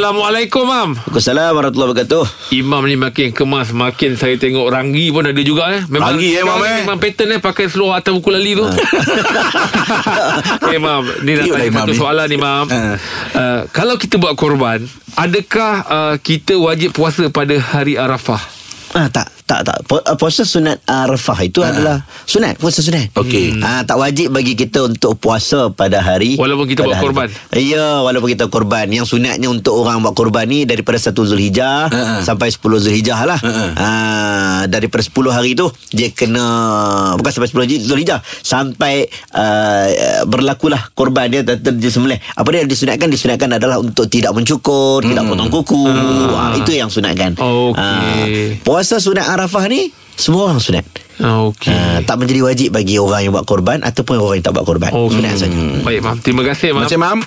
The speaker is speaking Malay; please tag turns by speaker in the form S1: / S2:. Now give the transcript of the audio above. S1: Assalamualaikum, Mam.
S2: Waalaikumsalam warahmatullahi wabarakatuh.
S1: Imam ni makin kemas Makin saya tengok Ranggi pun ada juga eh. Memang
S2: Ranggi, eh, Mam,
S1: sekarang
S2: eh? Ah.
S1: Memang pattern eh Pakai seluar atas buku lali tu Okay Mam Ni nak
S2: Cute lah,
S1: tanya
S2: Imam
S1: satu
S2: ni.
S1: soalan ni Mam
S2: Ha.
S1: uh, Kalau kita buat korban Adakah uh, kita wajib puasa pada hari Arafah?
S3: Ah, tak tak tak Po- uh, puasa sunat arafah itu adalah sunat puasa sunat
S2: Okey.
S3: ah, tak wajib bagi kita untuk puasa pada hari
S1: Walaupun kita
S3: pada
S1: buat korban.
S3: itu. ya walaupun kita korban yang sunatnya untuk orang buat korban ni daripada 1 Zulhijjah
S2: Ha, ha.
S3: sampai 10 Zulhijjah lah
S2: Ha, ha.
S3: ah, daripada 10 hari tu dia kena bukan sampai 10 Zulhijjah sampai uh, berlakulah korban dia ter- ter- disembelih apa dia disunatkan disunatkan adalah untuk tidak mencukur tidak potong kuku ah, itu yang sunatkan
S1: Okey.
S3: Ah, Puasa sunat Arafah ni semua orang sunat.
S1: Ah, Okey
S3: Uh, tak menjadi wajib bagi orang yang buat korban ataupun orang yang tak buat korban.
S1: Okey. Hmm.
S3: Sunat saja.
S1: Baik Mam Terima kasih Mam
S2: Macam mam